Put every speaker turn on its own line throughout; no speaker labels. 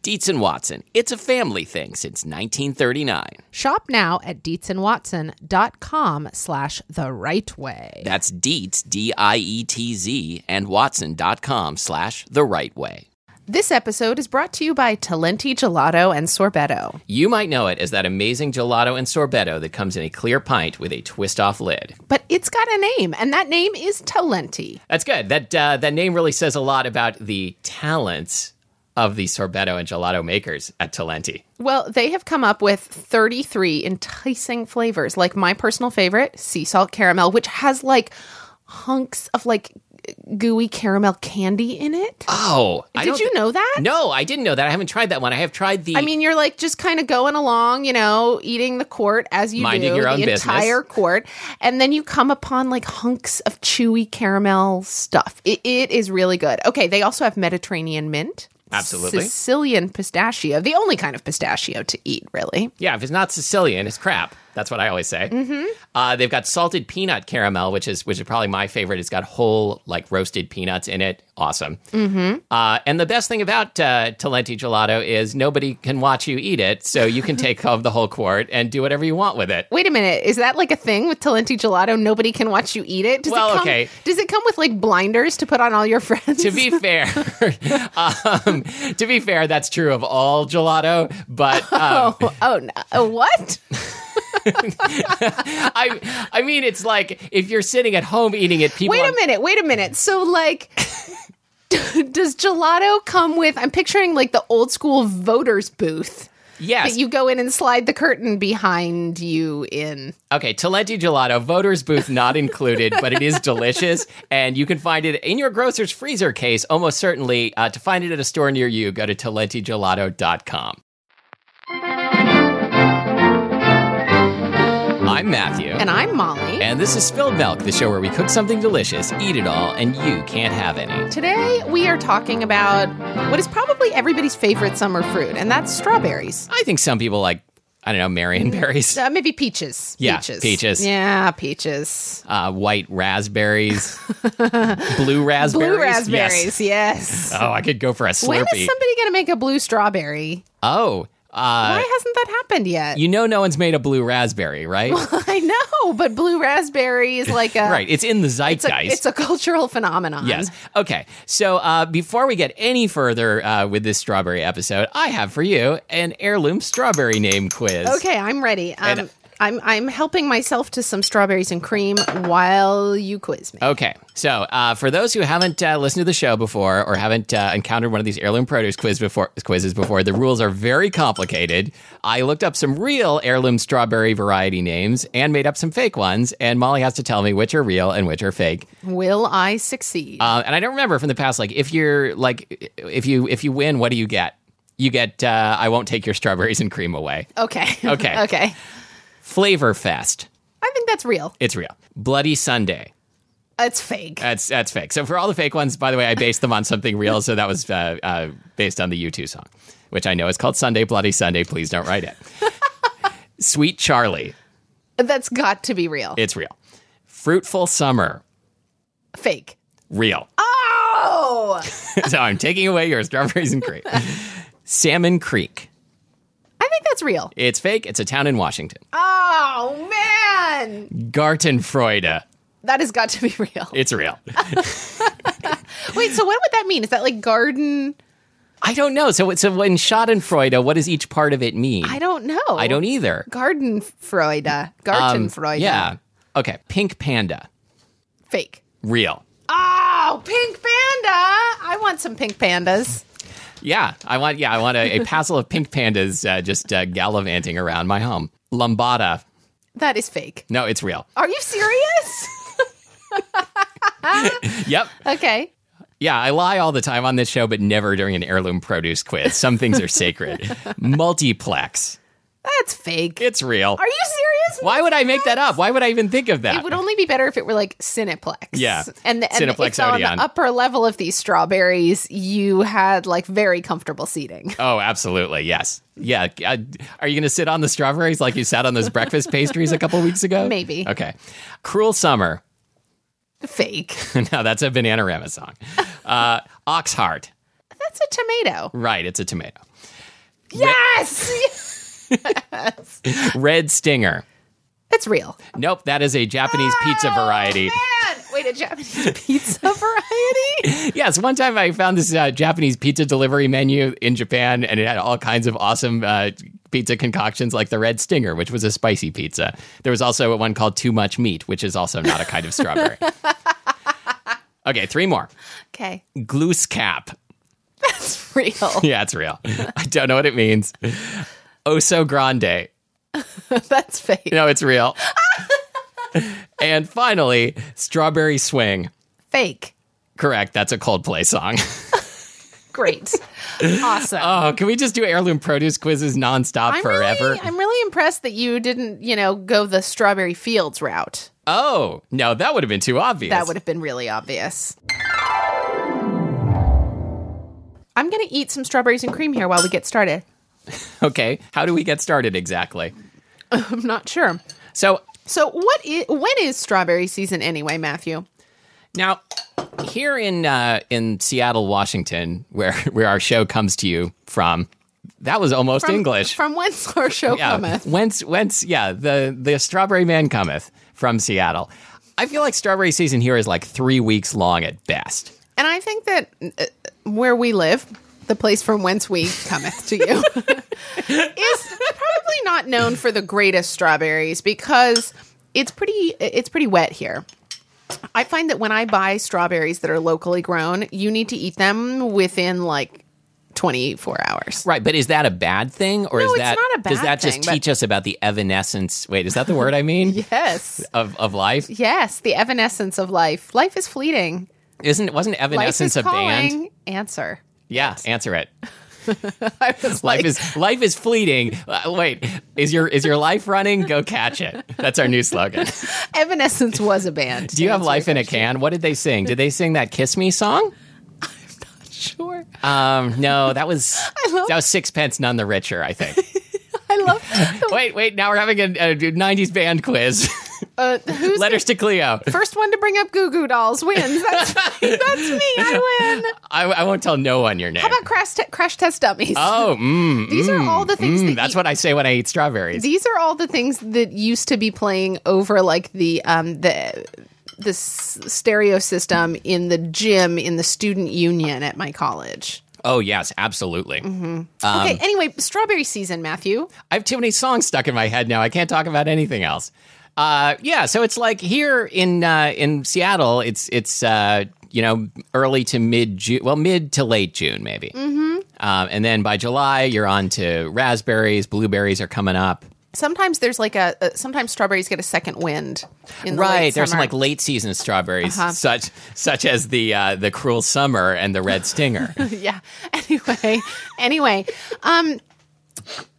Dietz and Watson, it's a family thing since 1939.
Shop now at deetzandwatson.com slash the right way.
That's Dietz, D I E T Z, and Watson.com slash the right way.
This episode is brought to you by Talenti Gelato and Sorbetto.
You might know it as that amazing gelato and sorbetto that comes in a clear pint with a twist off lid.
But it's got a name, and that name is Talenti.
That's good. That uh, that name really says a lot about the talents of the sorbetto and gelato makers at Talenti.
Well, they have come up with 33 enticing flavors, like my personal favorite, sea salt caramel, which has like hunks of like gooey caramel candy in it.
Oh, I
Did
don't
you
thi-
know that?
No, I didn't know that. I haven't tried that one. I have tried the.
I mean, you're like just kind of going along, you know, eating the quart as you
Minding
do
your own
the
business.
entire quart, and then you come upon like hunks of chewy caramel stuff. It, it is really good. Okay, they also have Mediterranean mint,
Absolutely.
Sicilian pistachio, the only kind of pistachio to eat, really.
yeah, if it's not Sicilian, it's crap. That's what I always say. Mm-hmm. Uh, they've got salted peanut caramel, which is which is probably my favorite. It's got whole like roasted peanuts in it. Awesome. Mm-hmm. Uh, and the best thing about uh, Talenti gelato is nobody can watch you eat it, so you can take home the whole quart and do whatever you want with it.
Wait a minute, is that like a thing with Talenti Gelato? Nobody can watch you eat it. Does
Well,
it come,
okay.
Does it come with like blinders to put on all your friends?
to be fair, um, to be fair, that's true of all gelato. But um,
oh, oh, no. Oh, what?
I, I mean, it's like if you're sitting at home eating it, people.
Wait
on-
a minute, wait a minute. So like does gelato come with I'm picturing like the old school voters booth
Yes.
that you go in and slide the curtain behind you in.
okay, Talenti gelato, voters booth not included, but it is delicious, and you can find it in your grocer's freezer case almost certainly. Uh, to find it at a store near you, go to talentigelato.com. I'm Matthew.
And I'm Molly.
And this is Spilled Milk, the show where we cook something delicious, eat it all, and you can't have any.
Today we are talking about what is probably everybody's favorite summer fruit, and that's strawberries.
I think some people like, I don't know, Marion berries,
Uh, maybe peaches.
Yeah,
peaches.
peaches.
Yeah, peaches.
uh, white raspberries, blue raspberries.
Blue
Yes.
raspberries, yes.
Oh, I could go for a
when
Slurpee.
is somebody going to make a blue strawberry?
oh, uh,
Why hasn't that happened yet?
you know, no one's made a blue raspberry, right?
I know, but blue raspberry is like a
right. It's in the
It's a,
zeitgeist.
it's a cultural phenomenon.
Yes. Okay. So uh, before we get any further uh, with this strawberry episode, I have for you an heirloom strawberry name quiz.
Okay, I'm ready. Um,
And-
I'm I'm helping myself to some strawberries and cream while you quiz me.
Okay, so uh, for those who haven't uh, listened to the show before or haven't uh, encountered one of these heirloom produce quiz before, quizzes before, the rules are very complicated. I looked up some real heirloom strawberry variety names and made up some fake ones, and Molly has to tell me which are real and which are fake.
Will I succeed?
Uh, and I don't remember from the past, like if you're like if you if you win, what do you get? You get uh, I won't take your strawberries and cream away.
okay.
okay.
okay.
Flavor Fest,
I think that's real.
it's real. Bloody Sunday.
It's fake.
That's that's fake. So for all the fake ones, by the way, I based them on something real. So that was uh, uh, based on the U2 song, which I know is called Sunday Bloody Sunday. Please don't write it. Sweet Charlie,
that's got to be real.
it's real. Fruitful Summer,
fake.
real.
Oh,
so I'm taking away your strawberries and cream. Salmon Creek,
I I think that's real.
It's fake. It's a town in Washington.
Oh man,
Gartenfreude.
that has got to be real.
It's real.
Wait, so what would that mean? Is that like garden?
I don't know. So, so when Schadenfreude, what does each part of it mean?
I don't know.
I don't either.
Garden Freuda. Garten Freuda.
Yeah. Okay. Pink panda.
Fake.
Real.
Oh, pink panda. I want some pink pandas.
Yeah. I want. Yeah. I want a, a passel of pink pandas uh, just uh, gallivanting around my home. Lombada.
That is fake.
No, it's real.
Are you serious?
Yep.
okay.
Yeah, I lie all the time on this show, but never during an heirloom produce quiz. Some things are sacred. Multiplex.
That's fake.
It's real.
Are you serious?
Why would I make that up? Why would I even think of that?
It would only be better if it were like Cineplex.
Yeah.
And, the, and
Cineplex
if on
Odeon.
the upper level of these strawberries, you had like very comfortable seating.
Oh, absolutely. Yes. Yeah. Uh, are you going to sit on the strawberries like you sat on those breakfast pastries a couple weeks ago?
Maybe.
Okay. Cruel Summer.
Fake.
no, that's a Bananarama song. Uh, Oxheart.
That's a tomato.
Right. It's a tomato.
Yes.
Red Stinger.
That's real. Oh,
Nope. That is a Japanese pizza
Ah!
variety.
Man. Wait, a Japanese pizza variety?
Yes, one time I found this uh, Japanese pizza delivery menu in Japan, and it had all kinds of awesome uh, pizza concoctions, like the Red Stinger, which was a spicy pizza. There was also one called Too Much Meat, which is also not a kind of strawberry. okay, three more.
Okay.
Gloose cap.
It's real.
Yeah, it's real. I don't know what it means. Oso grande.
That's fake.
No, it's real. and finally, strawberry swing.
Fake.
Correct. That's a Coldplay song.
Great. awesome.
Oh, can we just do heirloom produce quizzes nonstop
I'm
forever?
Really, I'm really impressed that you didn't, you know, go the strawberry fields route.
Oh, no, that would have been too obvious.
That would have been really obvious. I'm going to eat some strawberries and cream here while we get started.
Okay, how do we get started exactly?
I'm not sure.
So
So, what is when is strawberry season anyway, Matthew?
now, here in uh, in Seattle, Washington, where where our show comes to you from, that was almost
From-
English.
From whence our show
yeah,
cometh.
whence whence yeah the the strawberry man cometh from Seattle. I feel like strawberry season here is like three weeks long at best.
And I think that uh, where we live, the place from whence we cometh to you, is probably not known for the greatest strawberries because it's pretty it's pretty wet here. I find that when I buy strawberries that are locally grown, you need to eat them within like 24 hours.
Right, but is that a bad thing, or is
it's
that
not a
does
bad
that just
thing, but-
teach us about the evanescence? Wait, is that the word I mean
Yes.
of of life?
Yes, the evanescence of life. Life is fleeting.
Isn't wasn't
Life
evanescence
is
a band?
calling. Answer.
Yeah, answer it.
I was
Life
like,
is life is fleeting. Uh, Wait, is your is your life running? Go catch it. That's our new slogan.
Evanescence was a band.
Do you have life in a can? What did they sing? Did they sing that "Kiss Me" song?
Sure.
Um, no, that was
love-
that was Sixpence None the Richer. I think.
I love the
Wait, wait. Now we're having a, a '90s band quiz.
Uh, who's
Letters to Cleo.
the first one to bring up Goo Goo Dolls wins? That's, that's me. I win.
I, I won't tell no one your name.
How about crash, te- crash test dummies?
oh, mm,
these are all the things that
mm, that's
you-
what I say when I eat strawberries.
these are all the things that used to be playing over like the um the the s- stereo system in the gym in the student union at my college.
Oh yes, absolutely. Um,
okay. Anyway, strawberry season, Matthew.
I have too many songs stuck in my head now. I can't talk about anything else. Uh, yeah, so it's like here in uh, in Seattle, it's it's uh, you know early to mid June, well mid to late June maybe, mm-hmm. um, and then by July you're on to raspberries, blueberries are coming up.
Sometimes there's like a, a sometimes strawberries get a second wind. In the late
Right, there's some
summer.
like late season strawberries, such such as the uh, the cruel summer and the red stinger.
yeah. Anyway, anyway, um,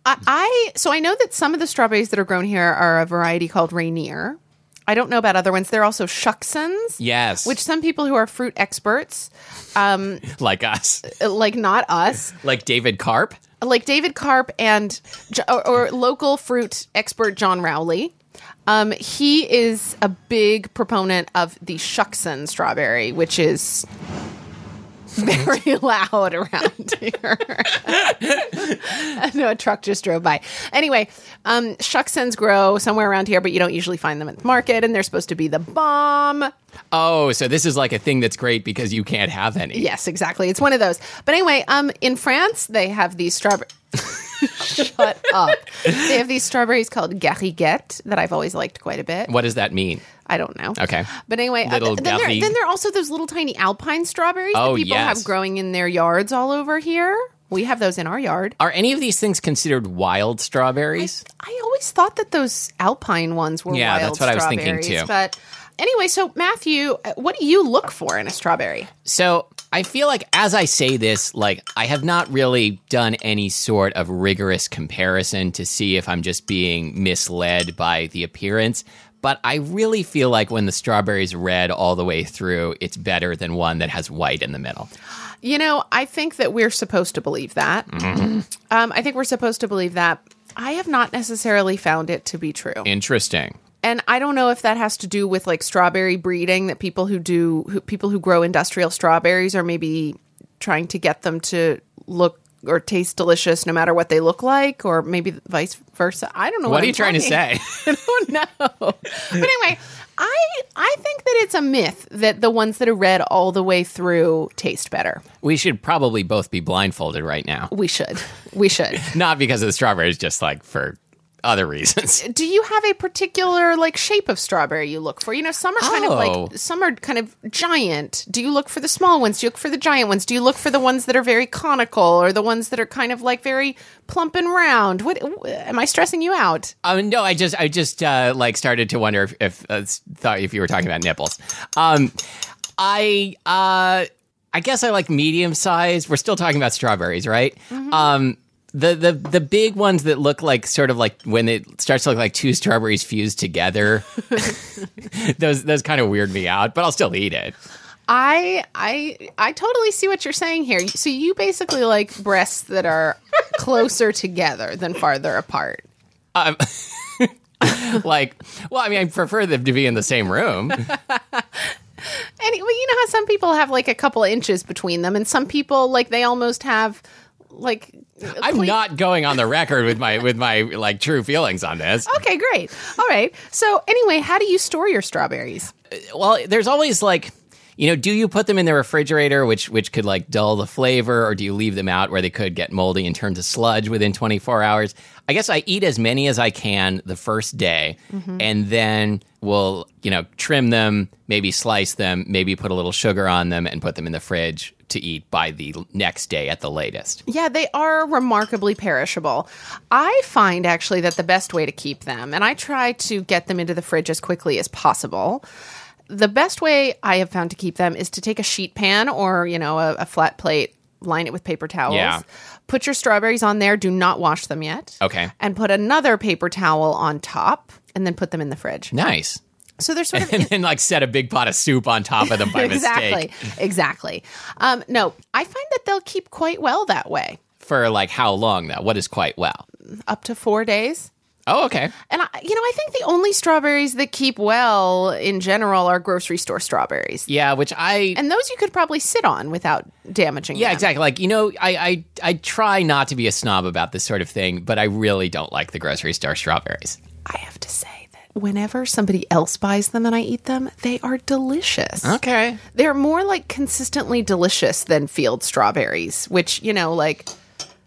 I, I so I know that some of the strawberries that are grown here are a variety called Rainier. I don't know about other ones. They're also Shucksons,
yes,
which some people who are fruit experts, um,
like us,
like not us,
like David Carp.
like David Carp and J- or, or local fruit expert John Rowley. Um, he is a big proponent of the Shuckson strawberry, which is very loud around here. no, a truck just drove by. Anyway, um, shucksens grow somewhere around here, but you don't usually find them at the market, and they're supposed to be the bomb.
Oh, so this is like a thing that's great because you can't have any.
Yes, exactly. It's one of those. But anyway, um, in France, they have these strawberry. Shut up. They have these strawberries called gariguettes that I've always liked quite a bit.
What does that mean?
I don't know.
Okay.
But anyway, uh,
Little
then, there,
garrigue.
then there are also those little tiny alpine strawberries
Oh,
that people
yes.
have growing in their yards all over here. We have those in our yard.
Are any of these things considered wild strawberries?
I always thought that those alpine ones were
Yeah,
wild
that's what I was thinking,
strawberries,
too.
But anyway, so Matthew, uh, what do you look for in a strawberry?
So I feel like as I say this, like I have not really done any sort of rigorous comparison to see if I'm just being misled by the appearance. But I really feel like when the strawberry's red all the way through, it's better than one that has white in the middle.
You know, I think that we're supposed to believe that.
Mm-hmm.
Um, I think we're supposed to believe that. I have not necessarily found it to be true.
Interesting.
and I don't know if that has to do with like strawberry breeding that people who do who, people who grow industrial strawberries are maybe trying to get them to look or taste delicious no matter what they look like or maybe vice versa. I don't know
What, are
I'm
you trying to
talking-
say?
I don't know. but anyway, I I think that it's a myth that the ones that are red all the way through taste better.
we should probably both be blindfolded right now.
We should. We should.
Not because of the strawberries, just like for other reasons.
do you have a particular like shape of strawberry you look for? You know, some are kind
Oh.
of like some are kind of giant. Do you look for the small ones? Do you look for the giant ones? Do you look for the ones that are very conical or the ones that are kind of like very plump and round? What am I stressing you out?
Um, no, I just, I just uh, like started to wonder if, if uh, s- thought if you were talking about nipples. Um, I, uh, I guess I like medium sized. We're still talking about strawberries, right? Um, the, the the big ones that look like sort of like when it starts to look like two strawberries fused together, those those kind of weird me out. But I'll still eat it.
I I I totally see what you're saying here. So you basically like breasts that are closer together than farther apart.
Like, well, I mean, I prefer them to be in the same room.
Any, well, you know how some people have like a couple inches between them, and some people like they almost have like.
I'm
clean-
not going on the record with my with my like true feelings on this.
Okay, great. All right. So, anyway, how do you store your strawberries?
Well, there's always like you know, do you put them in the refrigerator, which which could like dull the flavor, or do you leave them out where they could get moldy and turn to sludge within 24 hours? I guess I eat as many as I can the first day, and then we'll you know trim them, maybe slice them, maybe put a little sugar on them, and put them in the fridge to eat by the next day at the latest.
Yeah, they are remarkably perishable. I find actually that the best way to keep them, and I try to get them into the fridge as quickly as possible. The best way I have found to keep them is to take a sheet pan or, you know, a, a flat plate, line it with paper towels.
Yeah.
Put your strawberries on there, do not wash them yet.
Okay.
And put another paper towel on top and then put them in the fridge.
Nice.
So they're sort of
And then like set a big pot of soup on top of them by mistake.
exactly exactly um, no i find that they'll keep quite well that way
for like how long though? What is quite well?
up to four days
Oh, okay.
and I, you know i think the only strawberries that keep well in general are grocery store strawberries
Yeah, which I
and those you could probably sit on without damaging
yeah
them.
exactly. Like you know, I I I try not to be a snob about this sort of thing, but I really don't like the grocery store strawberries.
i have to say that whenever somebody else buys them and i eat them they are
Oh,
delicious
Okay.
they're more like consistently delicious than field strawberries, which, you know, like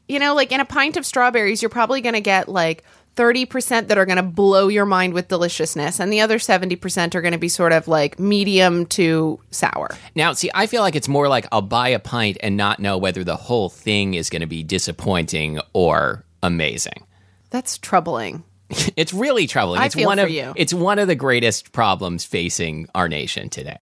you know, like in a pint of strawberries, you're probably going to get like 30% that are going to blow your mind with deliciousness and the other 70% are going to be sort of like medium to sour.
Now, see, I feel like it's more like I'll buy a pint and not know whether the whole thing is going to be disappointing or amazing.
That's troubling.
It's really troubling. it's
feel
one
for
of
you.
it's one of the greatest problems facing our nation today.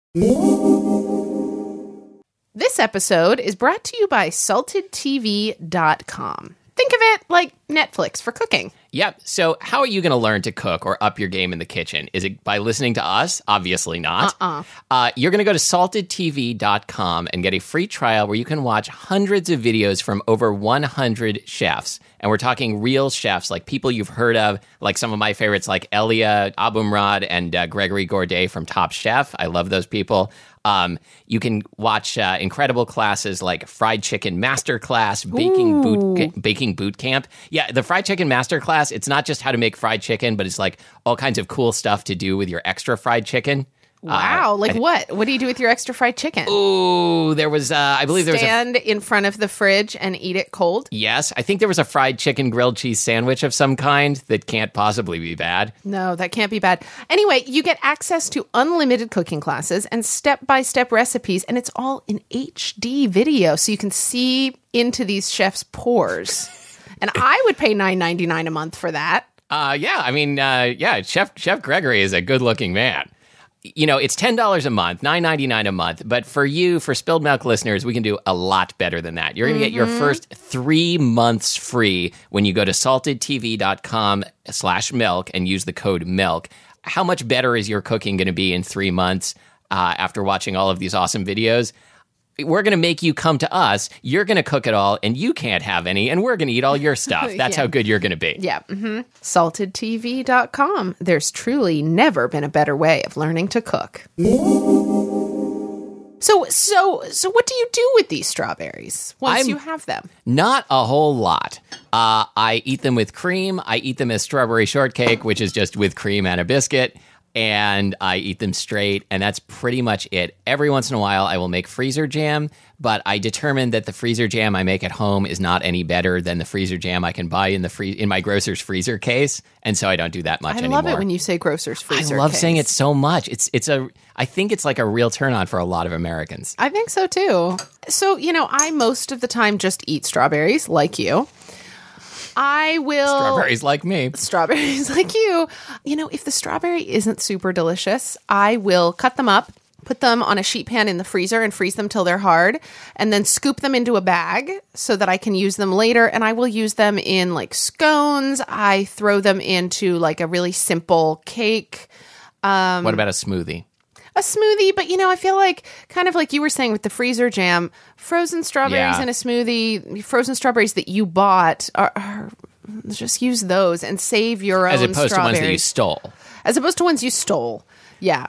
This episode is brought to you by saltedtv.com. Think of it like Netflix for cooking.
Yep. So, how are you going to learn to cook or up your game in the kitchen? Is it by listening to us? Obviously not. Uh-uh. you're going to go to saltedtv.com and get a free trial where you can watch hundreds of videos from over 100 chefs. And we're talking real chefs, like people you've heard of, like some of my favorites, like Elia Abumrad and uh, Gregory Gourdet from Top Chef. I love those people. Um, you can watch uh, incredible classes like fried chicken masterclass, baking boot baking boot camp. Yeah, the fried chicken masterclass. It's not just how to make fried chicken, but it's like all kinds of cool stuff to do with your extra fried chicken.
Wow. like what? What do you do with your extra fried chicken?
Uh, Ooh, there was uh, I believe there was a
Stand in front of the fridge and eat it cold?
yes, I think there was a fried chicken grilled cheese sandwich of some kind that can't possibly be bad.
No, that can't be bad. Anyway, you get access to unlimited cooking classes and step by step recipes, and it's all in HD video, so you can see into these chefs' pores. and I would pay nine ninety nine a month for that.
Uh, yeah, I mean, uh, yeah, Chef Chef Gregory is a good-looking man. You know, it's ten dollars a month, nine ninety nine a month. But for you, for Spilled Milk listeners, we can do a lot better than that. You're going to get your first three months free when you go to saltedtv.com slash milk and use the code milk. How much better is your cooking going to be in three months uh, after watching all of these awesome videos? We're going to make you come to us. You're going to cook it all, and you can't have any, and we're going to eat all your stuff. That's how good you're going to be.
Yeah. Mm-hmm. SaltedTV.com. There's truly never been a better way of learning to cook. So, so, so, what do you do with these strawberries once
I'm-
you have them?
Not a whole lot. Uh, I eat them with cream. I eat them as strawberry shortcake, which is just with cream and a biscuit. And I eat them straight, and that's pretty much it. Every once in a while, I will make freezer jam, but I determined that the freezer jam I make at home is not any better than the freezer jam I can buy in the free- in my grocer's freezer case, and so I don't do that much
I
anymore.
love it when you say grocer's
I
freezer.
love saying
case.
it so much. It's it's a I think it's like a real turn on for a lot of Americans.
I think so too. So, you know, I most of the time just eat strawberries like you. I will
Strawberries like me.
strawberries like you. You know, if the strawberry isn't super delicious, I will cut them up, put them on a sheet pan in the freezer and freeze them till they're hard, and then scoop them into a bag so that I can use them later. And I will use them in like scones. I throw them into like a really simple cake. um,
what about a smoothie?
a smoothie, but you know, I feel like kind of like you were saying with the freezer jam, frozen strawberries
Yeah.
in a smoothie, frozen strawberries that you bought are, are just use those and save your
As
own
opposed to ones that you
oh, strawberries
stole.
as opposed to ones you stole. Yeah.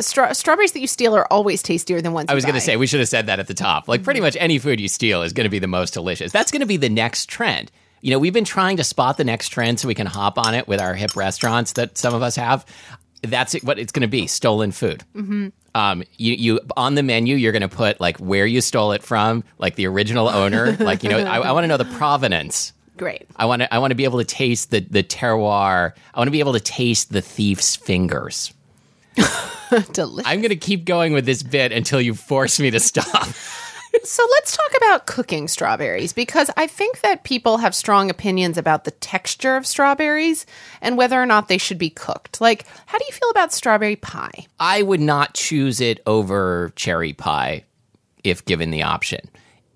Stra- strawberries that you steal are always tastier than ones
I was going to say we should have said that at the top. Like pretty much any food you steal is going to be the most delicious. That's going to be the next trend. You know, we've been trying to spot the next trend so we can hop on it with our hip restaurants that some of us have. That's it- what it's going to be: stolen food. Mm-hmm. Um, you, you on the menu, you're going to put like where you stole it from, like the original owner. like you know, I, I want to know the provenance.
Great.
I want to I want to be able to taste the the terroir. I want to be able to taste the thief's fingers.
Delicious.
I'm going to keep going with this bit until you force me to stop.
So let's talk about cooking strawberries because I think that people have strong opinions about the texture of strawberries and whether or not they should be cooked. Like, how do you feel about strawberry pie?
I would not choose it over cherry pie if given the option.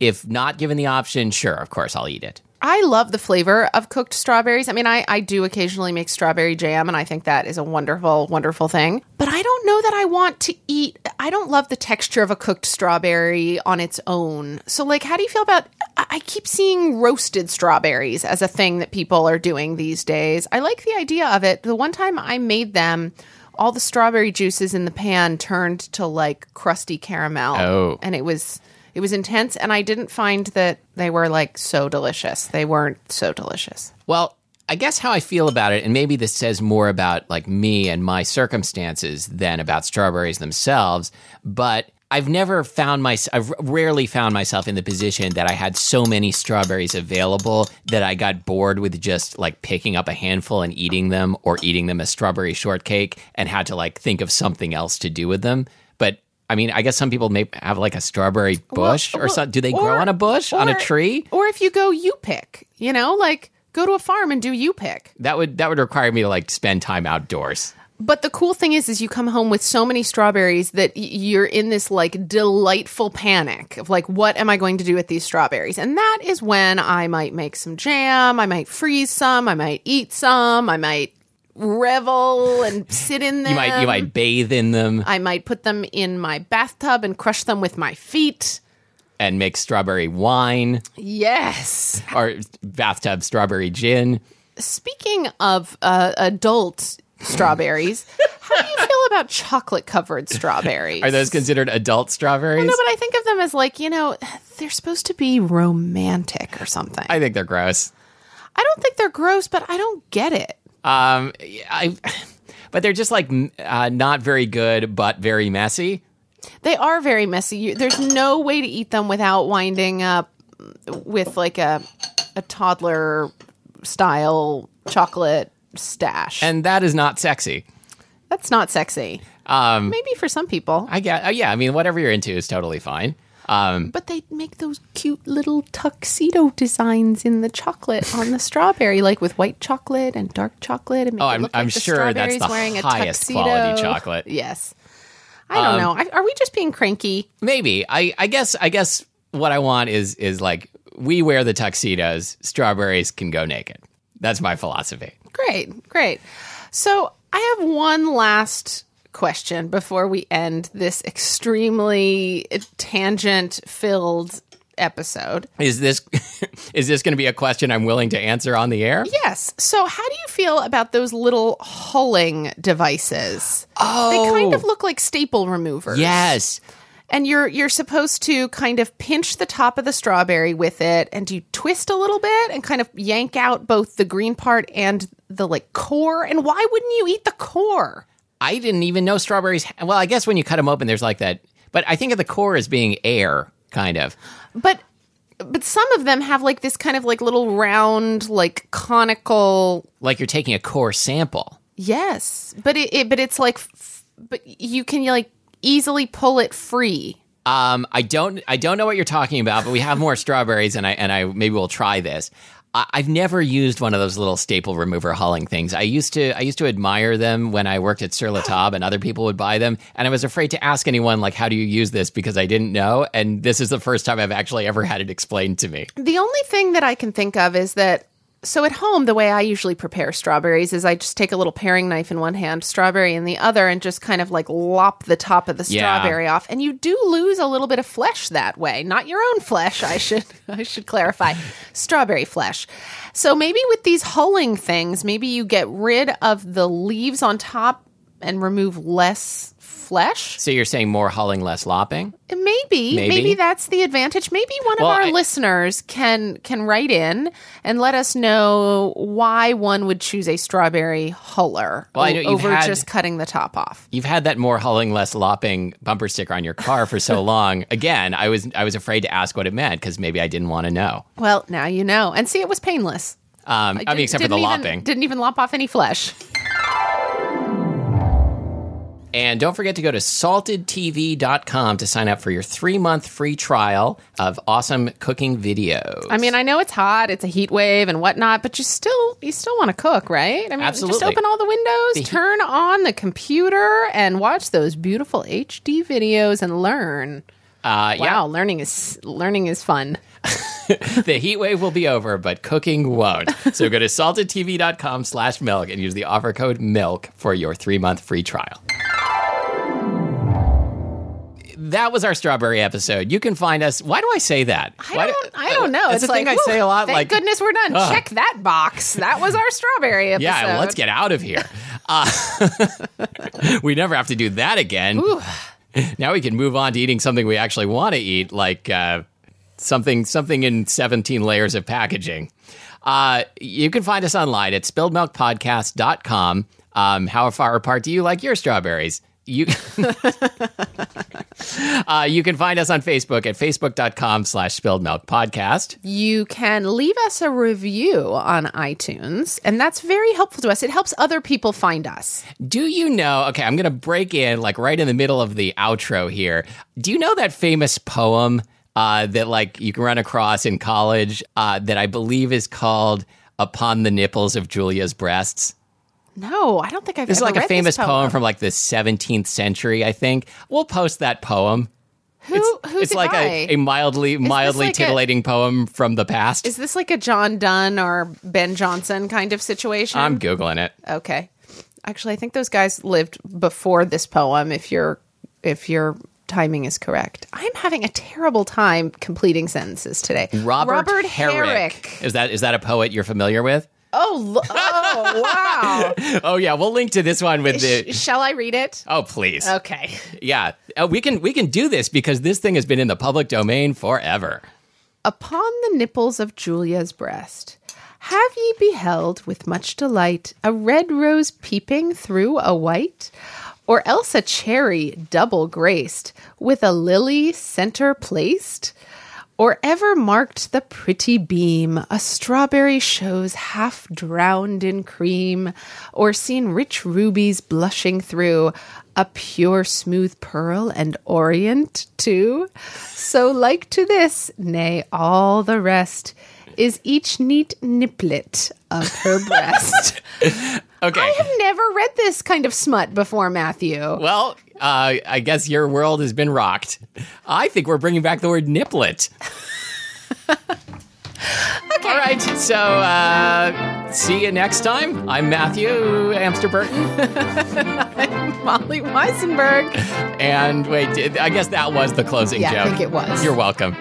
If not given the option, sure, of course I'll eat it.
I love the flavor of cooked strawberries. I mean, I, I do occasionally make strawberry jam, and I think that is a wonderful, wonderful thing. But I don't know that I want to eat, I don't love the texture of a cooked strawberry on its own. So, like, how do you feel about? I I keep seeing roasted strawberries as a thing that people are doing these days. I like the idea of it. The one time I made them, all the strawberry juices in the pan turned to like crusty caramel.
Oh.
And it was it was intense and I didn't find that they were like so delicious. They weren't so delicious.
Well, I guess how I feel about it, and maybe this says more about like me and my circumstances than about strawberries themselves, but I've never found myself, I've rarely found myself in the position that I had so many strawberries available that I got bored with just like picking up a handful and eating them or eating them as strawberry shortcake and had to like think of something else to do with them. But I mean, I guess some people may have like a strawberry bush or
well,
something. Do they
or-
grow on a bush, on a
or-
tree?
Or if you go you pick, you know, like go to a farm and do you pick.
That would that would require me to like spend time outdoors.
But the cool thing is, is you come home with so many strawberries that y- you're in this like delightful panic of like, what am I going to do with these strawberries? And that is when I might make some jam, I might freeze some, I might eat some, I might revel and sit in them.
You might you might bathe in them
Um, I might put them in my bathtub and crush them with my feet.
and make strawberry wine
Yes.
or bathtub strawberry gin.
Speaking of uh, adult strawberries, how do you feel about chocolate covered strawberries?
Are those considered adult strawberries?
No, but I think of them as like, you know, they're supposed to be romantic or something. I,
I think they're gross.
don't think they're gross, but I don't get it.
Um, I, but they're just like uh, not very good, but very messy.
They are very messy. You, there's no way to eat them without winding up with like a a toddler style chocolate stash.
and that is not sexy.
That's not sexy.
Um,
Maybe for some people,
I get, uh, yeah, I mean, whatever you're into is totally fine. Um,
but they make those cute little tuxedo designs in the chocolate on the strawberry, like with white chocolate and dark chocolate. And make
oh,
it
I'm,
look like
I'm
the
sure that's
strawberry's
the
wearing a
highest
tuxedo.
quality chocolate. Um,
Yes. I don't know. I, are we just being cranky?
Maybe. I, I guess. I guess what I want is is like we wear the tuxedos. Strawberries can go naked. That's my philosophy.
Great, great. So I have one last question before we end this extremely tangent filled episode.
Is this is this going to be a question I'm willing to answer on the air?
Yes. So how do you feel about those little hulling devices? They kind of look like staple removers.
Yes.
And you're you're supposed to kind of pinch the top of the strawberry with it and you twist a little bit and kind of yank out both the green part and the like core. And why wouldn't you eat the core?
I didn't even know strawberries. Well, I guess when you cut them open, there's like that. But I think of the core as being air, kind of.
But but some of them have like this kind of like little round like conical
Like you're taking a core sample.
yes. But it, it but it's like f- but you can like easily pull it free.
Um, I don't, I don't know what you're talking about, but we have more strawberries, and I and I maybe we'll try this. I, I've never used one of those little staple remover hauling things. I used to, I used to admire them when I worked at Sur La Table, and other people would buy them, and I was afraid to ask anyone like, "How do you use this?" because I didn't know, and this is the first time I've actually ever had it explained to me.
The only thing that I can think of is that so at home the way I usually prepare strawberries is I just take a little paring knife in one hand, strawberry in the other and just kind of like lop the top of the
Yeah.
strawberry off and you do lose a little bit of flesh that way. Not your own flesh, I should I should clarify. strawberry flesh. So maybe with these hulling things, maybe you get rid of the leaves on top and remove less flesh.
So you're saying more hauling, less lopping?
Maybe, maybe,
Maybe.
that's the advantage. Maybe one
Well,
of our
I-
listeners can can write in and let us know why one would choose a strawberry huller
Well, I know
o-
you've
over
had-
just cutting the top off.
You've had that more hauling, less lopping bumper sticker on your car for so long. Again, I was, I was afraid to ask what it meant because maybe I didn't want to know.
Well, now you know. And see, it was painless.
Um, I, mean,
Didn't-
except for the
didn't even-
lopping.
Didn't even lop off any flesh.
And don't forget to go to saltedtv.com to sign up for your three month free trial of awesome cooking videos.
I mean, I know it's hot, it's a heat wave and whatnot, but you still you still want to cook, right? I mean, just
Absolutely.
open all the windows, turn on the computer, and watch those beautiful HD videos and learn.
uh,
Wow, learning is learning is fun.
yeah, the heat wave will be over, but cooking won't. So go to saltedtv.com slash milk and use the offer code milk for your three month free trial. That was our strawberry episode. You can find us. Why do I say that?
I
Why do-
don't, I don't know.
That's
It's
the thing
like,
I say a
whew,
lot.
Thank
like,
goodness we're done.
Ugh.
Check that box. That was our strawberry episode.
Yeah, let's get out of here. Uh, we never have to do that again. Now we can move on to eating something we actually want to eat, like uh, something something in seventeen layers of packaging. Uh, you can find us online at spilledmilkpodcast.com. Um, how far apart do you like your strawberries? You. uh, you can find us on Facebook at facebook.com slash spilled milk podcast.
You can leave us a review on iTunes, and that's very helpful to us. It helps other people find us.
Do you know? Okay, I'm going to break in like right in the middle of the outro here. Do you know that famous poem uh, that like you can run across in college uh, that I believe is called "Upon the Nipples of Julia's Breasts"?
No, I don't think I've
This is
ever
like a
read
famous
this
poem.
poem.
from like the 17th century, I think. We'll post that poem.
Who,
it's
who's
it's
the
like
guy?
A, a mildly, mildly
like a-
titillating poem from the past.
Is this like a John Dunn or Ben Johnson kind of situation?
I'm googling it.
okay. Actually, I think those guys lived before this poem. If your if your timing is correct, I'm having a terrible time completing sentences today.
Robert, Herrick.
Herrick.
Is that is that a poet you're familiar with?
Oh, lo- oh, wow.
Oh yeah, we'll link to this one with the.
Sh- shall I read it?
Oh please,
Okay.
yeah, Uh, we can we can do this because this thing has been in the public domain forever.
upon the nipples of Julia's breast. Have ye beheld with much delight a red rose peeping through a white, or else a cherry double graced with a lily centre placed? Or ever marked the pretty beam a strawberry shows half drowned in cream, or seen rich rubies blushing through a pure smooth pearl and orient too? So like to this, nay, all the rest, is each neat niplet of her breast.
Okay,
I have never read this kind of smut before, Matthew.
well, uh, I guess your world has been rocked. I think we're bringing back the word niplet. All right, so uh, see you next time. I'm Matthew Amster Burton,
Molly Weisenberg.
and wait, I guess that was the closing
Yeah, I
joke.
think it was.
You're welcome.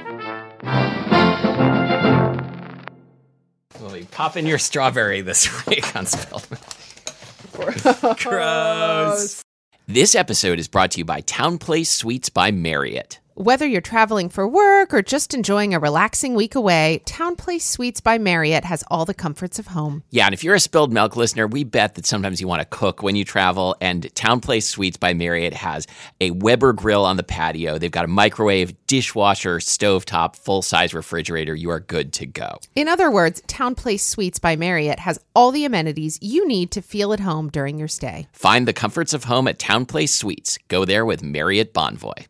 Let me pop in your strawberry this week on Spellman. Gross. This episode is brought to you by Town Place Suites by Marriott.
Whether you're traveling for work or just enjoying a relaxing week away, Town Place Suites by Marriott has all the comforts of home.
Yeah, and if you're a spilled milk listener, we bet that sometimes you want to cook when you travel. And Town Place Suites by Marriott has a Weber grill on the patio. They've got a microwave, dishwasher, stovetop, full size refrigerator. You are good to go.
In other words, Town Place Suites by Marriott has all the amenities you need to feel at home during your stay.
Find the comforts of home at Town Place Suites. Go there with Marriott Bonvoy.